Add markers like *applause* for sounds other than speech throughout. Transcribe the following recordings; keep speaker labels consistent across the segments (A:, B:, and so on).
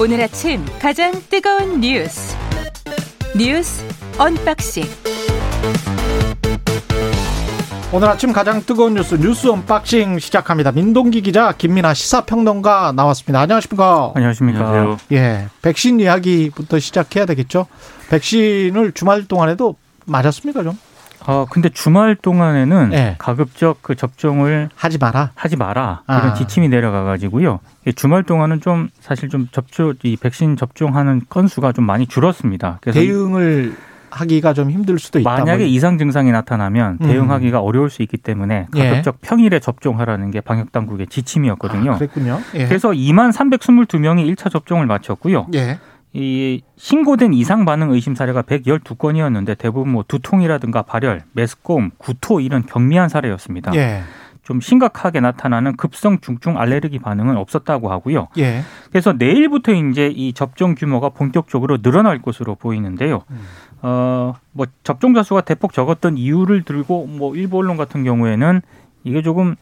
A: 오늘 아침 가장 뜨거운 뉴스 뉴스 언박싱
B: 오늘 아침 가장 뜨거운 뉴스 뉴스 언박싱 시작합니다. 민동기 기자 김민아 시사평론가 나왔습니다. 안녕하십니까?
C: 안녕하십니까.
D: 안녕하세요.
B: 예, 백신 이야기부터 시작해야 되겠죠. 백신을 주말 동안에도 맞았습니까 좀?
C: 아 근데 주말 동안에는
B: 예.
C: 가급적 그 접종을
B: 하지 마라.
C: 하지 마라
B: 아.
C: 이런 지침이 내려가가지고요. 이 주말 동안은 좀 사실 좀 접촉 이 백신 접종하는 건수가 좀 많이 줄었습니다. 그래서
B: 대응을 하기가 좀 힘들 수도 있다.
C: 만약에
B: 뭐.
C: 이상 증상이 나타나면
B: 음.
C: 대응하기가 어려울 수 있기 때문에
B: 예.
C: 가급적 평일에 접종하라는 게 방역 당국의 지침이었거든요.
B: 아, 그랬군요. 예.
C: 그래서 2만 322명이 1차 접종을 마쳤고요.
B: 예.
C: 이 신고된 이상 반응 의심 사례가 112건이었는데 대부분 뭐 두통이라든가 발열, 메스꺼움, 구토 이런 경미한 사례였습니다.
B: 예.
C: 좀 심각하게 나타나는 급성 중증 알레르기 반응은 없었다고 하고요.
B: 예.
C: 그래서 내일부터 이제 이 접종 규모가 본격적으로 늘어날 것으로 보이는데요.
B: 음.
C: 어, 뭐 접종자 수가 대폭 적었던 이유를 들고 뭐 일부 언론 같은 경우에는 이게 조금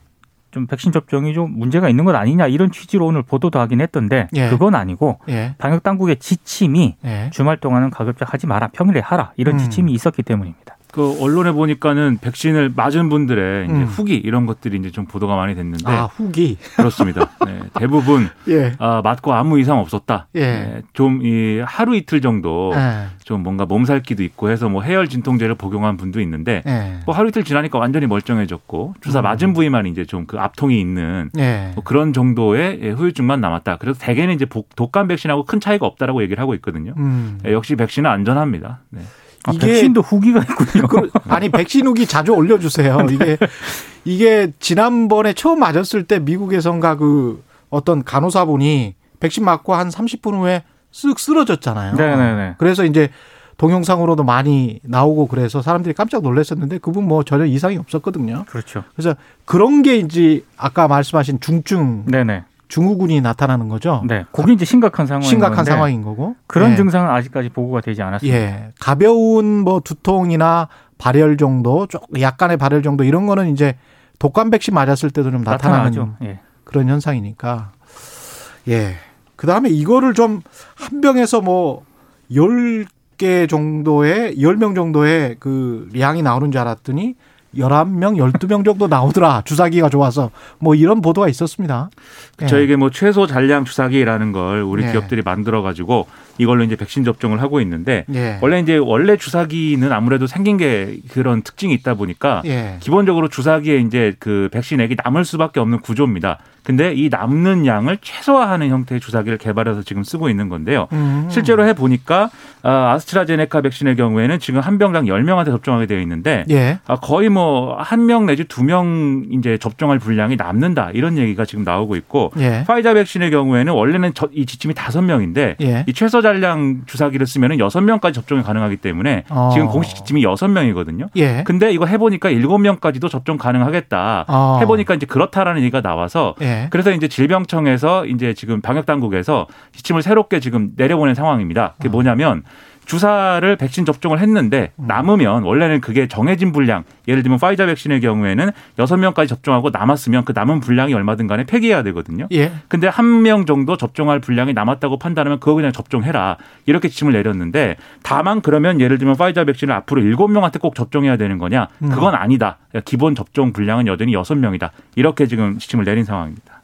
C: 좀 백신 접종이 좀 문제가 있는 것 아니냐 이런 취지로 오늘 보도도 하긴 했던데
B: 예.
C: 그건 아니고
B: 예.
C: 방역 당국의 지침이
B: 예.
C: 주말 동안은 가급적 하지 마라 평일에 하라 이런
B: 음.
C: 지침이 있었기 때문입니다.
D: 그 언론에 보니까는 백신을 맞은 분들의 이제
B: 음.
D: 후기 이런 것들이 이제 좀 보도가 많이 됐는데
B: 아, 후기.
D: *laughs* 그렇습니다. 네, 대부분
B: 예.
D: 아, 맞고 아무 이상 없었다. 네,
B: 예.
D: 좀 이 하루 이틀 정도
C: 뭐.
B: 예.
D: 좀 뭔가 몸살기도 있고 해서 뭐 해열 진통제를 복용한 분도 있는데
B: 예.
D: 뭐 하루 이틀 지나니까 완전히 멀쩡해졌고
B: 음.
D: 주사 맞은 부위만 이제 좀 그 앞통이 있는
B: 예.
D: 뭐 그런 정도의 예, 후유증만 남았다. 그래서 대개는 이제 복- 독감 백신하고 큰 차이가 없다라고 얘기를 하고 있거든요.
B: 음.
D: 예, 역시 백신은 안전합니다. 네.
C: 아,
B: 이게-
C: 백신도 후기가 있군요.
B: 그, 아니 백신 후기 자주 올려주세요.
C: 네.
B: 이게 이게 지난번에 처음 맞았을 때 미국에선가 그 어떤 간호사분이 백신 맞고 한 30분 후에 쓱 쓰러졌잖아요.
C: *laughs* 네네네.
B: 그래서 이제 동영상으로도 많이 나오고 그래서 사람들이 깜짝 놀랐었는데 그분 뭐 전혀 이상이 없었거든요.
C: 그렇죠.
B: 그래서 그런 게 이제 아까 말씀하신 중증
C: 네네.
B: 중후군이 나타나는 거죠.
C: 네. 그게 이제 심각한 상황인
B: 어. 심각한
C: 건데
B: 상황인 거고
C: 그런
B: 예.
C: 증상은 아직까지 보고가 되지 않았습니다.
B: 예. 가벼운 뭐 두통이나 발열 정도, 조- 약간의 발열 정도 이런 거는 이제 독감 백신 맞았을 때도 좀 나타나는
C: 나타나죠. 예.
B: 그런 현상이니까. 예. 그 다음에 이거를 좀 한 병에서 뭐 10개 정도의, 10명 정도의 그 양이 나오는 줄 알았더니 11명, 12명 정도 나오더라. 주사기가 좋아서. 뭐 이런 보도가 있었습니다. 예.
D: 저에게 뭐 최소 잔량 주사기라는 걸 우리
B: 예.
D: 기업들이 만들어 가지고 이걸로 이제 백신 접종을 하고 있는데
B: 예.
D: 원래 이제 원래 주사기는 아무래도 생긴 게 그런 특징이 있다 보니까
B: 예.
D: 기본적으로 주사기에 이제 그 백신액이 남을 수밖에 없는 구조입니다. 근데 이 남는 양을 최소화하는 형태의 주사기를 개발해서 지금 쓰고 있는 건데요.
B: 음.
D: 실제로 해 보니까 아스트라제네카 백신의 경우에는 지금 한 병당 10명한테 접종하게 되어 있는데
B: 예.
D: 아, 거의 뭐 한 명 내지 두 명 이제 접종할 분량이 남는다 이런 얘기가 지금 나오고 있고
B: 예.
D: 파이자 백신의 경우에는 원래는 저- 이 지침이 다섯 명인데
B: 예.
D: 이 최소 잔량 주사기를 쓰면은 여섯 명까지 접종이 가능하기 때문에
B: 어.
D: 지금 공식 지침이 여섯 명이거든요.
B: 예.
D: 근데 이거 해보니까 일곱 명까지도 접종 가능하겠다.
B: 어.
D: 해보니까 이제 그렇다라는 얘기가 나와서
B: 예.
D: 그래서 이제 질병청에서 이제 지금 방역 당국에서 지침을 새롭게 지금 내려보낸 상황입니다. 그게 뭐냐면 주사를 백신 접종을 했는데 남으면 원래는 그게 정해진 분량 예를 들면 파이자 백신의 경우에는 여섯 명까지 접종하고 남았으면 그 남은 분량이 얼마든 간에 폐기해야 되거든요.
B: 예.
D: 근데 한 명 정도 접종할 분량이 남았다고 판단하면 그거 그냥 접종해라. 이렇게 지침을 내렸는데 다만 그러면 예를 들면 파이자 백신을 앞으로 일곱 명한테꼭 접종해야 되는 거냐?
B: 음.
D: 그건 아니다. 그러니까 기본 접종 분량은 여전히 여섯 명이다 이렇게 지금 지침을 내린 상황입니다.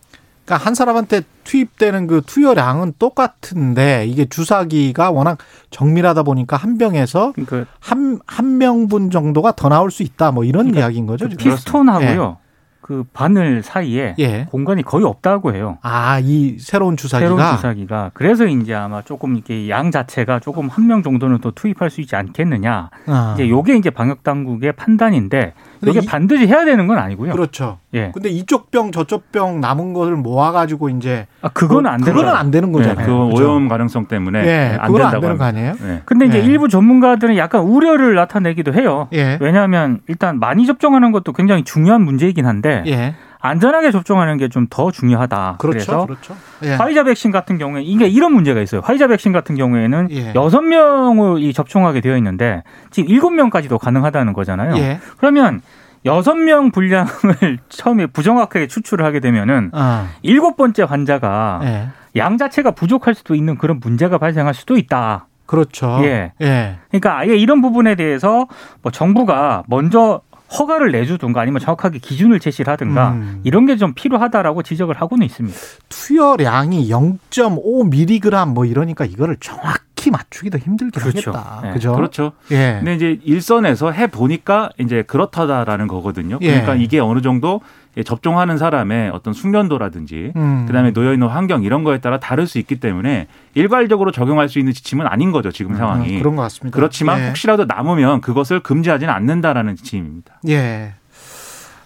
B: 그러니까 한 사람한테 투입되는 그 투여량은 똑같은데 이게 주사기가 워낙 정밀하다 보니까 한 병에서
C: 그러니까
B: 한 한 명분 정도가 더 나올 수 있다 뭐 이런 이야기인 거죠. 지금?
C: 그 피스톤하고요. 그 바늘 사이에
B: 예.
C: 공간이 거의 없다고 해요.
B: 아, 이 새로운 주사기가
C: 새로운 주사기가 그래서 이제 아마 조금 이렇게 양 자체가 조금 한 명 정도는 더 투입할 수 있지 않겠느냐.
B: 아,
C: 이제 요게 이제 방역 당국의 판단인데
B: 근데
C: 이게
B: 이-
C: 반드시 해야 되는 건 아니고요.
B: 그렇죠.
C: 예.
B: 근데 이쪽 병 저쪽 병 남은 것을 모아 가지고 이제
C: 아, 그건
B: 뭐,
C: 안 되는
B: 그거는
C: 거
B: 안 되는 거잖아요.
D: 네, 그건
B: 그죠?
D: 오염 가능성 때문에
B: 예,
D: 안
B: 그건
D: 된다고
B: 안 되는 거
D: 합니다.
B: 아니에요?
D: 네.
C: 근데 이제
B: 예.
C: 일부 전문가들은 약간 우려를 나타내기도 해요.
B: 예.
C: 왜냐하면 일단 많이 접종하는 것도 굉장히 중요한 문제이긴 한데
B: 예.
C: 안전하게 접종하는 게 좀 더 중요하다.
B: 그렇죠.
C: 래서
B: 그렇죠. 예.
C: 화이자 백신 같은 경우에 이게 이런 문제가 있어요. 화이자 백신 같은 경우에는
B: 예.
C: 여섯 명을 이 접종하게 되어 있는데 지금 일곱 명까지도 가능하다는 거잖아요.
B: 예.
C: 그러면 여섯 명 *laughs* 분량을 처음에 부정확하게 추출을 하게 되면은
B: 아.
C: 일곱 번째 환자가
B: 예.
C: 양 자체가 부족할 수도 있는 그런 문제가 발생할 수도 있다.
B: 그렇죠.
C: 예.
B: 예.
C: 그러니까 아예 이런 부분에 대해서 뭐 정부가 먼저 허가를 내주든가 아니면 정확하게 기준을 제시를 하든가
B: 음.
C: 이런 게 좀 필요하다라고 지적을 하고는 있습니다.
B: 투여량이 0.5mg 뭐 이러니까 이거를 정확히 맞추기도 힘들긴
C: 그렇죠.
B: 하겠다.
C: 예,
B: 그죠?
D: 그렇죠.
B: 예.
D: 근데 이제 일선에서 해 보니까 이제 그렇다라는 거거든요.
B: 예.
D: 그러니까 이게 어느 정도 접종하는 사람의 어떤 숙련도라든지
B: 음.
D: 그다음에 놓여 있는 환경 이런 거에 따라 다를 수 있기 때문에 일괄적으로 적용할 수 있는 지침은 아닌 거죠 지금 상황이.
B: 음, 그런 것 같습니다.
D: 그렇지만
B: 예.
D: 혹시라도 남으면 그것을 금지하지는 않는다라는 지침입니다.
B: 예.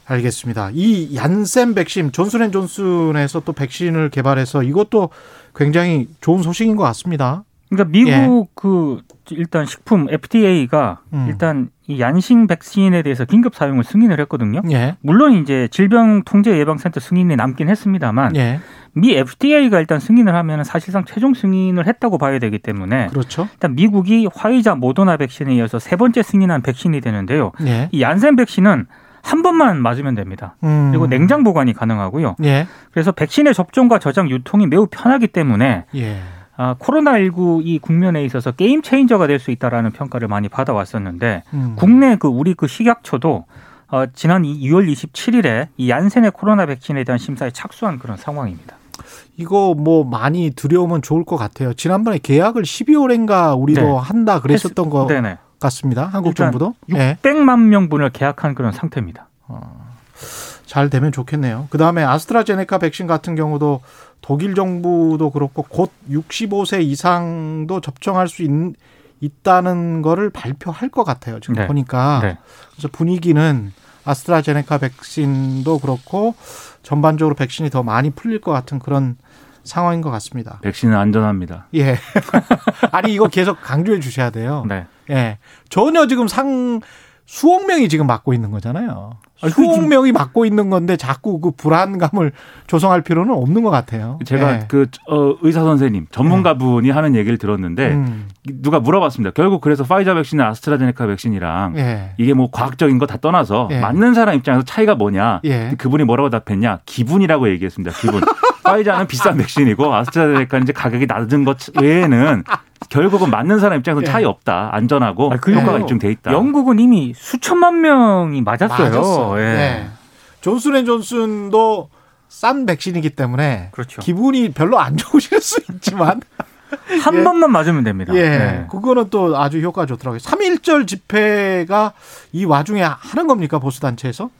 B: 알겠습니다. 이 얀센 백신 존슨앤존슨에서 또 백신을 개발해서 이것도 굉장히 좋은 소식인 것 같습니다.
C: 그러니까 미국 그 일단 식품 FDA가
B: 예. 음.
C: 일단 이 얀싱 백신에 대해서 긴급 사용을 승인을 했거든요.
B: 예.
C: 물론 이제 질병통제예방센터 승인이 남긴 했습니다만
B: 예.
C: 미 FDA가 일단 승인을 하면 사실상 최종 승인을 했다고 봐야 되기 때문에
B: 그렇죠.
C: 일단 미국이 화이자 모더나 백신에 이어서 세 번째 승인한 백신이 되는데요.
B: 예.
C: 이 얀센 백신은 한 번만 맞으면 됩니다.
B: 음.
C: 그리고 냉장 보관이 가능하고요.
B: 예.
C: 그래서 백신의 접종과 저장 유통이 매우 편하기 때문에
B: 예.
C: 아, 코로나19 이 국면에 있어서 게임 체인저가 될 수 있다라는 평가를 많이 받아왔었는데
B: 음.
C: 국내 그 우리 그 식약처도 어, 지난 이 2월 27일에 이 얀센의 코로나 백신에 대한 심사에 착수한 그런 상황입니다.
B: 이거 뭐 많이 들여오면 좋을 것 같아요. 지난번에 계약을 12월인가 우리도
C: 네.
B: 한다 그랬었던 것
C: 네네.
B: 같습니다. 한국
C: 일단
B: 정부도. 예.
C: 100만 명분을 계약한 그런 상태입니다.
B: 잘 되면 좋겠네요. 그 다음에 아스트라제네카 백신 같은 경우도 독일 정부도 그렇고 곧 65세 이상도 접종할 수 있, 있다는 거를 발표할 것 같아요. 지금
C: 네.
B: 보니까.
C: 네.
B: 그래서 분위기는 아스트라제네카 백신도 그렇고 전반적으로 백신이 더 많이 풀릴 것 같은 그런 상황인 것 같습니다.
D: 백신은 안전합니다.
B: 예. *laughs* 아니, 이거 계속 강조해 주셔야 돼요.
C: 네.
B: 예. 전혀 지금 상 수억 명이 지금 맞고 있는 거잖아요.
C: 아니, 그
B: 수억
C: 좀-
B: 명이 맞고 있는 건데 자꾸 그 불안감을 조성할 필요는 없는 것 같아요.
D: 제가
B: 예.
D: 그 어, 의사 선생님 전문가분이 하는 얘기를 들었는데
B: 음,
D: 누가 물어봤습니다. 결국 그래서 파이자 백신이나 아스트라제네카 백신이랑
B: 예.
D: 이게 뭐 과학적인 거 다 떠나서
B: 예.
D: 맞는 사람 입장에서 차이가 뭐냐?
C: 네.
B: 예.
D: 그분이 뭐라고 답했냐? 기분이라고 얘기했습니다.
C: *laughs*
D: 기분. 파이자는 비싼 백신이고 아스트라제네카는 이제 가격이 낮은 것 외에는 결국은 맞는 사람 입장에서
B: 예.
D: 차이 없다. 안전하고
C: 네. 아니, 그리고
D: 효과가 입증돼 있다.
C: 영국은 이미 수천만 명이 맞았어요.
B: 맞았어요.
C: 예.
D: 네.
B: 예. 존슨앤존슨도 싼 백신이기 때문에
C: 그렇죠.
B: 기분이 별로 안 *laughs* 좋으실 수 있지만
C: 한
B: 예.
C: 번만 맞으면 됩니다.
B: 예.
C: 네.
B: 그거는 또 아주 효과 좋더라고요. 3.1절 집회가 이 와중에 하는 겁니까 보수단체에서?
C: 어?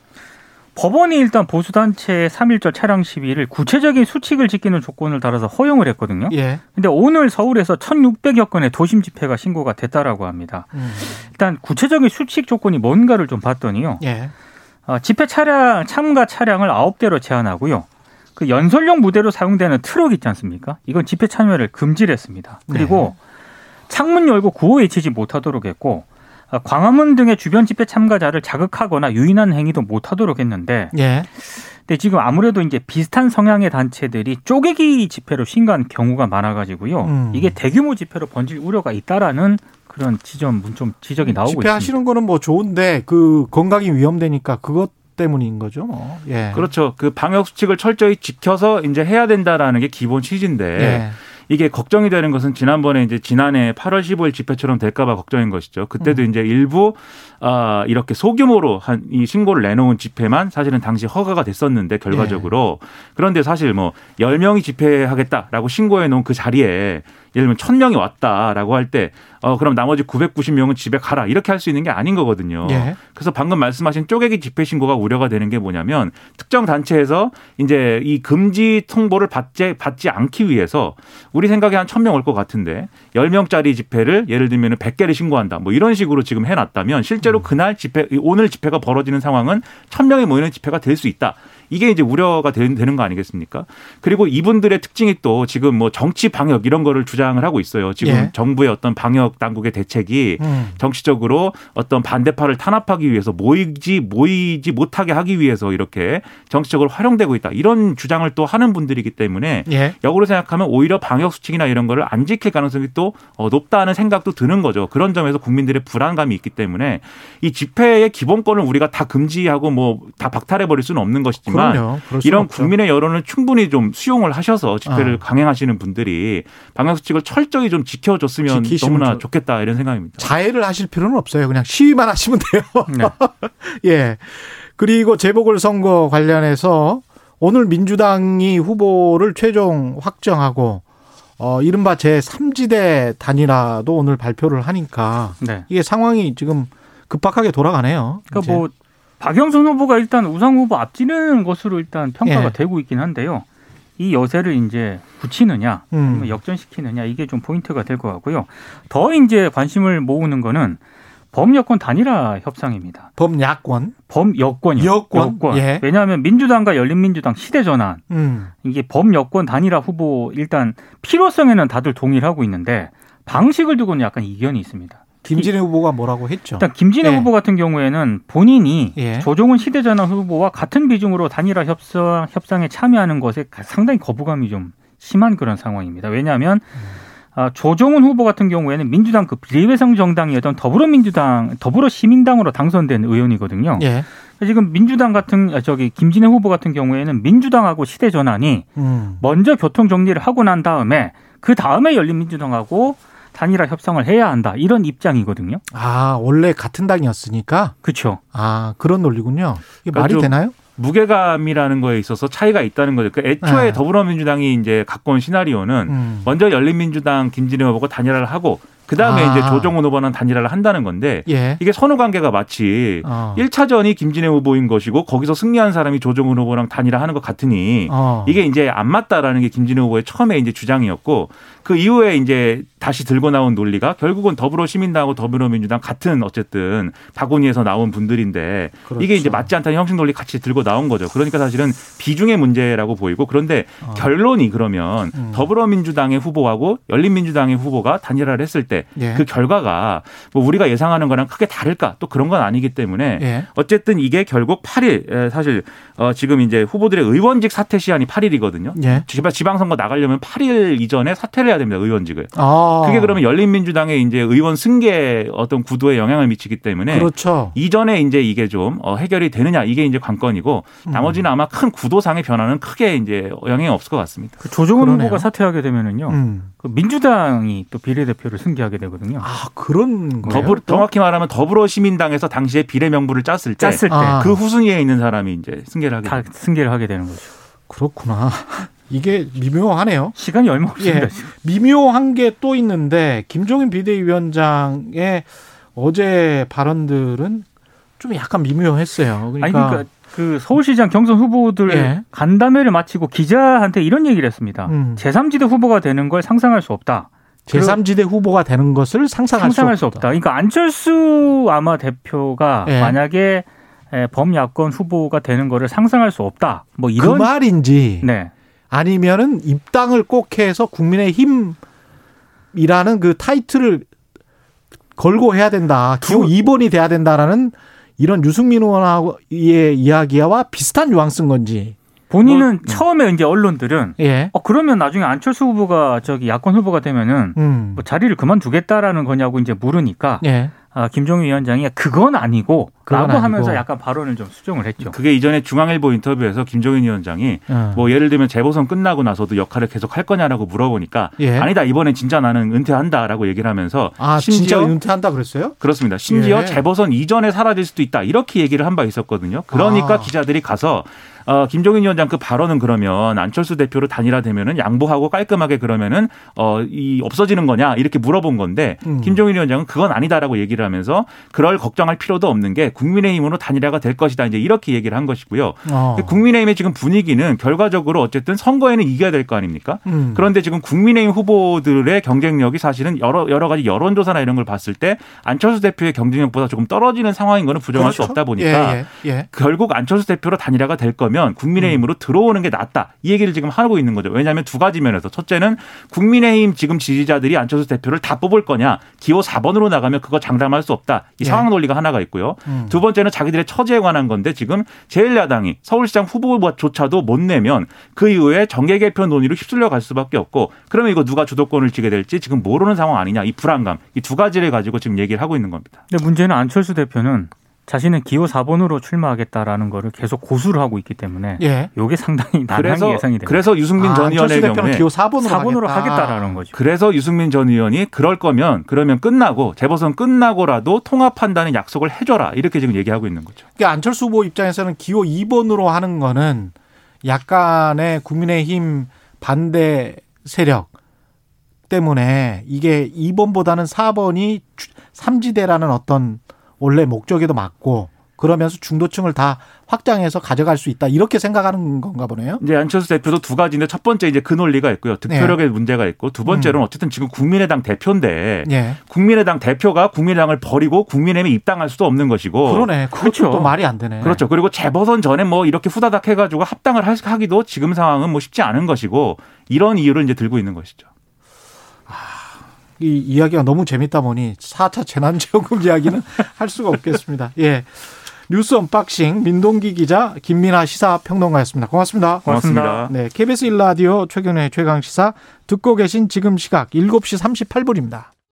C: 법원이 일단 보수단체의 3.1절 차량 시위를 구체적인 수칙을 지키는 조건을 달아서 허용을 했거든요.
B: 예.
C: 근데 오늘 서울에서 1,600여 건의 도심 집회가 신고가 됐다라고 합니다.
B: 음,
C: 일단 구체적인 수칙 조건이 뭔가를 좀 봤더니요.
B: 예.
C: 어, 집회 차량 참가 차량을 9대로 제한하고요. 그 연설용 무대로 사용되는 트럭 있지 않습니까? 이건 집회 참여를 금지를 했습니다. 그리고
B: 네.
C: 창문 열고 구호 외치지 못하도록 했고 어, 광화문 등의 주변 집회 참가자를 자극하거나 유인하는 행위도 못하도록 했는데
B: 예.
C: 근데 지금 아무래도 이제 비슷한 성향의 단체들이 쪼개기 집회로 신고한 경우가 많아가지고요.
B: 음.
C: 이게 대규모 집회로 번질 우려가 있다라는 그런 지점 좀 지적이 나오고 있습니다.
B: 집회하시는 거는 뭐 좋은데 그 건강이 위험되니까 그것 때문인 거죠. 뭐. 예.
D: 그렇죠. 그 방역 수칙을 철저히 지켜서 이제 해야 된다라는 게 기본 취지인데
C: 네.
B: 예.
D: 이게 걱정이 되는 것은 지난번에 이제 지난해 8월 15일 집회처럼 될까봐 걱정인 것이죠. 그때도 이제 일부 아 이렇게 소규모로 한 이 신고를 내놓은 집회만 사실은 당시 허가가 됐었는데 결과적으로 그런데 사실 뭐 10명이 집회하겠다라고 신고해 놓은 그 자리에 예를 들면 1000명이 왔다라고 할 때 어 그럼 나머지 990명은 집에 가라 이렇게 할 수 있는 게 아닌
C: 어.
D: 거거든요.
B: 예.
D: 그래서 방금 말씀하신 쪼개기 집회 신고가 우려가 되는 게 뭐냐면 특정 단체에서 이제 이 금지 통보를 받지, 받지 않기 위해서 우리 생각에 한 1000명 올 것 같은데 10명짜리 집회를 예를 들면 은 100개를 신고한다. 뭐 이런 식으로 지금 해놨다면
B: 음.
D: 실제로 그날 집회, 이 오늘 집회가 벌어지는 상황은 1000명이 모이는 집회가 될 수 있다. 이게 이제 우려가 되- 되는 거 아니겠습니까? 그리고 이분들의 특징이 또 지금 뭐 정치 방역 이런 거를 주장을 하고 있어요. 지금
B: 예.
D: 정부의 어떤 방역 당국의 대책이
B: 음.
D: 정치적으로 어떤 반대파를 탄압하기 위해서 모이지 모이지 못하게 하기 위해서 이렇게 정치적으로 활용되고 있다 이런 주장을 또 하는 분들이기 때문에
B: 예.
D: 역으로 생각하면 오히려 방역 수칙이나 이런 거를 안 지킬 가능성이 또 어, 높다는 생각도 드는 거죠. 그런 점에서 국민들의 불안감이 있기 때문에 이 집회의 기본권을 우리가 다 금지하고 뭐 다 박탈해 버릴 수는 없는 것이지만 있지만
B: 그럼요. 그럴 수는
D: 이런
B: 없죠.
D: 국민의 여론을 충분히 좀 수용을 하셔서 집회를
B: 아.
D: 강행하시는 분들이 방역수칙을 철저히 좀 지켜줬으면
B: 지키시면
D: 너무나
B: 좋-
D: 좋겠다 이런 생각입니다.
B: 자해를 하실 필요는 없어요. 그냥 시위만 하시면 돼요. *laughs*
C: 네.
B: 예. 그리고 재보궐선거 관련해서 오늘 민주당이 후보를 최종 확정하고 어 이른바 제 3지대 단위라도 오늘 발표를 하니까
C: 네.
B: 이게 상황이 지금 급박하게 돌아가네요.
C: 그러니까 뭐 박영선 후보가 일단 우상 후보 앞지는 것으로 일단 평가가
B: 예.
C: 되고 있긴 한데요. 이 여세를 이제 붙이느냐,
B: 이제. 음.
C: 아니면 역전시키느냐 이게 좀 포인트가 될 것 같고요. 더 이제 관심을 모으는 거는 범여권 단일화 협상입니다.
B: 범야권.
C: 범여권이요.
B: 여권? 예.
C: 왜냐하면 민주당과 열린민주당 시대전환
B: 음.
C: 이게 범여권 단일화 후보 일단 필요성에는 다들 동의를 하고 있는데 방식을 두고는 약간 이견이 있습니다.
B: 김진애
D: 그
B: 후보가 뭐라고 했죠.
C: 일단 김진애
B: 예.
C: 후보 같은 경우에는 본인이
B: 예.
C: 조종훈 시대전환 후보와 같은 비중으로 단일화 협상, 협상에 참여하는 것에 가- 상당히 거부감이 좀 심한 그런 상황입니다. 왜냐하면
B: 음.
C: 아, 조종훈 후보 같은 경우에는 민주당 그 비례성 정당이었던 더불어민주당, 더불어시민당으로 당선된 의원이거든요.
B: 예.
C: 지금 민주당 같은 아, 저기 김진애 후보 같은 경우에는 민주당하고 시대 전환이
B: 음.
C: 먼저 교통 정리를 하고 난 다음에 그 다음에 열린민주당하고 단일화 협상을 해야 한다 이런 입장이거든요.
B: 아, 원래 같은 당이었으니까
C: 그렇죠.
B: 아, 그런 논리군요. 이게
D: 그러니까
B: 말이
D: 좀
B: 되나요?
D: 무게감이라는 거에 있어서 차이가 있다는 거죠. 그러니까 애초에
B: 네.
D: 더불어민주당이 이제 갖고 온 시나리오는
B: 음.
D: 먼저 열린민주당 김진애 후보가 단일화를 하고 그 다음에
B: 아.
D: 이제 조정훈 후보는 단일화를 한다는 건데
B: 예.
D: 이게 선후 관계가 마치
B: 어.
D: 1차전이 김진애 후보인 것이고 거기서 승리한 사람이 조정훈 후보랑 단일화하는 것 같으니
B: 어.
D: 이게 이제 안 맞다라는 게 김진애 후보의 처음에 이제 주장이었고 그 이후에 이제 다시 들고 나온 논리가 결국은 더불어시민당하고 더불어민주당 같은 어쨌든 바구니에서 나온 분들인데
B: 그렇죠.
D: 이게 이제 맞지 않다는 형식 논리 같이 들고 나온 거죠. 그러니까 사실은 비중의 문제라고 보이고 그런데
B: 어.
D: 결론이 그러면
B: 음.
D: 더불어민주당의 후보하고 열린민주당의 후보가 단일화를 했을 때 그
B: 예.
D: 결과가 뭐 우리가 예상하는 거랑 크게 다를까 또 그런 건 아니기 때문에
B: 예.
D: 어쨌든 이게 결국 8일 에, 사실 어, 지금 이제 후보들의 의원직 사퇴 시한이 8일이거든요.
B: 예.
D: 지방선거 나가려면 8일 이전에 사퇴를 해야 됩니다. 의원직을.
B: 아.
D: 그게 그러면 열린민주당의 이제 의원 승계 어떤 구도에 영향을 미치기 때문에
B: 그렇죠.
D: 이전에 이제 이게 좀 어, 해결이 되느냐 이게 이제 관건이고
B: 음.
D: 나머지는 아마 큰 구도상의 변화는 크게 이제 영향이 없을 것 같습니다.
C: 그 조정훈
B: 그러네요.
C: 후보가 사퇴하게 되면은요.
B: 음.
C: 그 민주당이 또 비례대표를 승계하게 되거든요.
B: 아, 그런 거예요.
D: 더불, 정확히 말하면 더불어시민당에서 당시에 비례 명부를 짰을 때 그
C: 짰을 때 다
B: 아.
D: 후순위에 있는 사람이 이제 승계를 하게 됩니다.
C: 승계를 하게 되는 거죠.
B: 그렇구나. *laughs* 이게 미묘하네요.
C: 시간이 얼마 없습니다.
B: 예.
C: 지금.
B: 미묘한 게 또 있는데 김종인 비대위원장의 어제 발언들은 좀 약간 미묘했어요. 그러니까,
C: 아니 그러니까 그 서울시장 경선 후보들
B: 예.
C: 간담회를 마치고 기자한테 이런 얘기를 했습니다.
B: 음.
C: 제3지대 후보가 되는 걸 상상할 수 없다.
B: 제3지대 후보가 되는 것을 상상할,
C: 상상할 수 없다. 그러니까 안철수 아마 대표가
B: 예.
C: 만약에 에, 범야권 후보가 되는 거를 상상할 수 없다. 뭐
B: 그
C: 이런
B: 말인지
C: 네.
B: 아니면은 입당을 꼭 해서 국민의 힘이라는 그 타이틀을 걸고 해야 된다. 기호 2번이 돼야 된다라는 이런 유승민 의원의 이야기와 비슷한 뉘앙스인 건지. 뭐,
C: 본인은 처음에 이제 언론들은
B: 예.
C: 어 그러면 나중에 안철수 후보가 저기 야권 후보가 되면은
B: 음.
C: 뭐 자리를 그만두겠다라는 거냐고 이제 물으니까
B: 예.
C: 아, 김종인 위원장이 그건 아니고
B: 그건
C: 라고
B: 아니고.
C: 하면서 약간 발언을 좀 수정을 했죠.
D: 그게 이전에 중앙일보 인터뷰에서 김종인 위원장이
B: 어.
D: 뭐 예를 들면 재보선 끝나고 나서도 역할을 계속 할 거냐라고 물어보니까
B: 예.
D: 아니다 이번엔 진짜 나는 은퇴한다라고 얘기를 하면서
B: 아, 진짜
D: 심지어
B: 은퇴한다 그랬어요?
D: 그렇습니다. 심지어
B: 예.
D: 재보선 이전에 사라질 수도 있다 이렇게 얘기를 한 바 있었거든요. 그러니까
B: 아.
D: 기자들이 가서 어, 김종인 위원장 그 발언은 그러면 안철수 대표로 단일화되면은 양보하고 깔끔하게 그러면은 어, 이 없어지는 거냐 이렇게 물어본 건데
B: 음.
D: 김종인 위원장은 그건 아니다라고 얘기를 하면서 그럴 걱정할 필요도 없는 게 국민의힘으로 단일화가 될 것이다 이제 이렇게 얘기를 한 것이고요.
B: 어.
D: 국민의힘의 지금 분위기는 결과적으로 어쨌든 선거에는 이겨야 될 거 아닙니까?
B: 음.
D: 그런데 지금 국민의힘 후보들의 경쟁력이 사실은 여러 여러 가지 여론조사나 이런 걸 봤을 때 안철수 대표의 경쟁력보다 조금 떨어지는 상황인 거는 부정할 수
B: 그렇죠.
D: 없다 보니까
B: 예, 예, 예.
D: 결국 안철수 대표로 단일화가 될 거면 국민의힘으로
B: 음.
D: 들어오는 게 낫다 이 얘기를 지금 하고 있는 거죠. 왜냐하면 두 가지 면에서 첫째는 국민의힘 지금 지지자들이 안철수 대표를 다 뽑을 거냐 기호 4번으로 나가면 그거 장담할 수 없다 이
B: 예.
D: 상황 논리가 하나가 있고요.
B: 음.
D: 두 번째는 자기들의 처지에 관한 건데 지금 제1야당이 서울시장 후보조차도 못 내면 그 이후에 정계 개편 논의로 휩쓸려 갈 수밖에 없고 그러면 이거 누가 주도권을 쥐게 될지 지금 모르는 상황 아니냐 이 불안감 이 두 가지를 가지고 지금 얘기를 하고 있는 겁니다.
C: 근데 문제는 안철수 대표는 자신은 기호 4번으로 출마하겠다라는 거를 계속 고수를 하고 있기 때문에
B: 예.
C: 요게 상당히
D: 그래서
C: 난항이 아, 예상이 됩니다.
D: 그래서 유승민 전 의원의
B: 안철수 아, 대표는
D: 경우에
B: 기호 4번으로,
C: 4번으로
B: 가겠다.
C: 하겠다라는 거죠.
D: 그래서 유승민 전 의원이 그럴 거면 그러면 끝나고 재보선 끝나고라도 통합한다는 약속을 해줘라 이렇게 지금 얘기하고 있는 거죠.
B: 그러니까 안철수 후보 입장에서는 기호 2번으로 하는 거는 약간의 국민의힘 반대 세력 때문에 이게 2번보다는 4번이 삼지대라는 어떤 원래 목적에도 맞고 그러면서 중도층을 다 확장해서 가져갈 수 있다 이렇게 생각하는 건가 보네요.
D: 이제 안철수 대표도 두 가지인데 첫 번째 이제 그 논리가 있고요.
B: 네.
D: 득표력의 문제가 있고 두 번째로는
B: 음.
D: 어쨌든 지금 국민의당 대표인데
B: 예.
D: 국민의당 대표가 국민의당을 버리고 국민의힘에 입당할 수도 없는 것이고
B: 그러네. 그것도
C: 그렇죠.
B: 또 말이 안 되네.
D: 그렇죠. 그리고 재보선 전에 뭐 이렇게 후다닥 해가지고 합당을 하- 하기도 지금 상황은 뭐 쉽지 않은 것이고 이런 이유를 이제 들고 있는 것이죠.
B: 이 이야기가 너무 재밌다 보니 4차 재난지원금 *laughs* 이야기는 할 수가 없겠습니다. 예. 뉴스 언박싱 민동기 기자 김민아 시사평론가였습니다. 고맙습니다.
C: 고맙습니다.
B: 네, KBS 1라디오 최경련의 최강시사 듣고 계신 지금 시각 7시 38분입니다.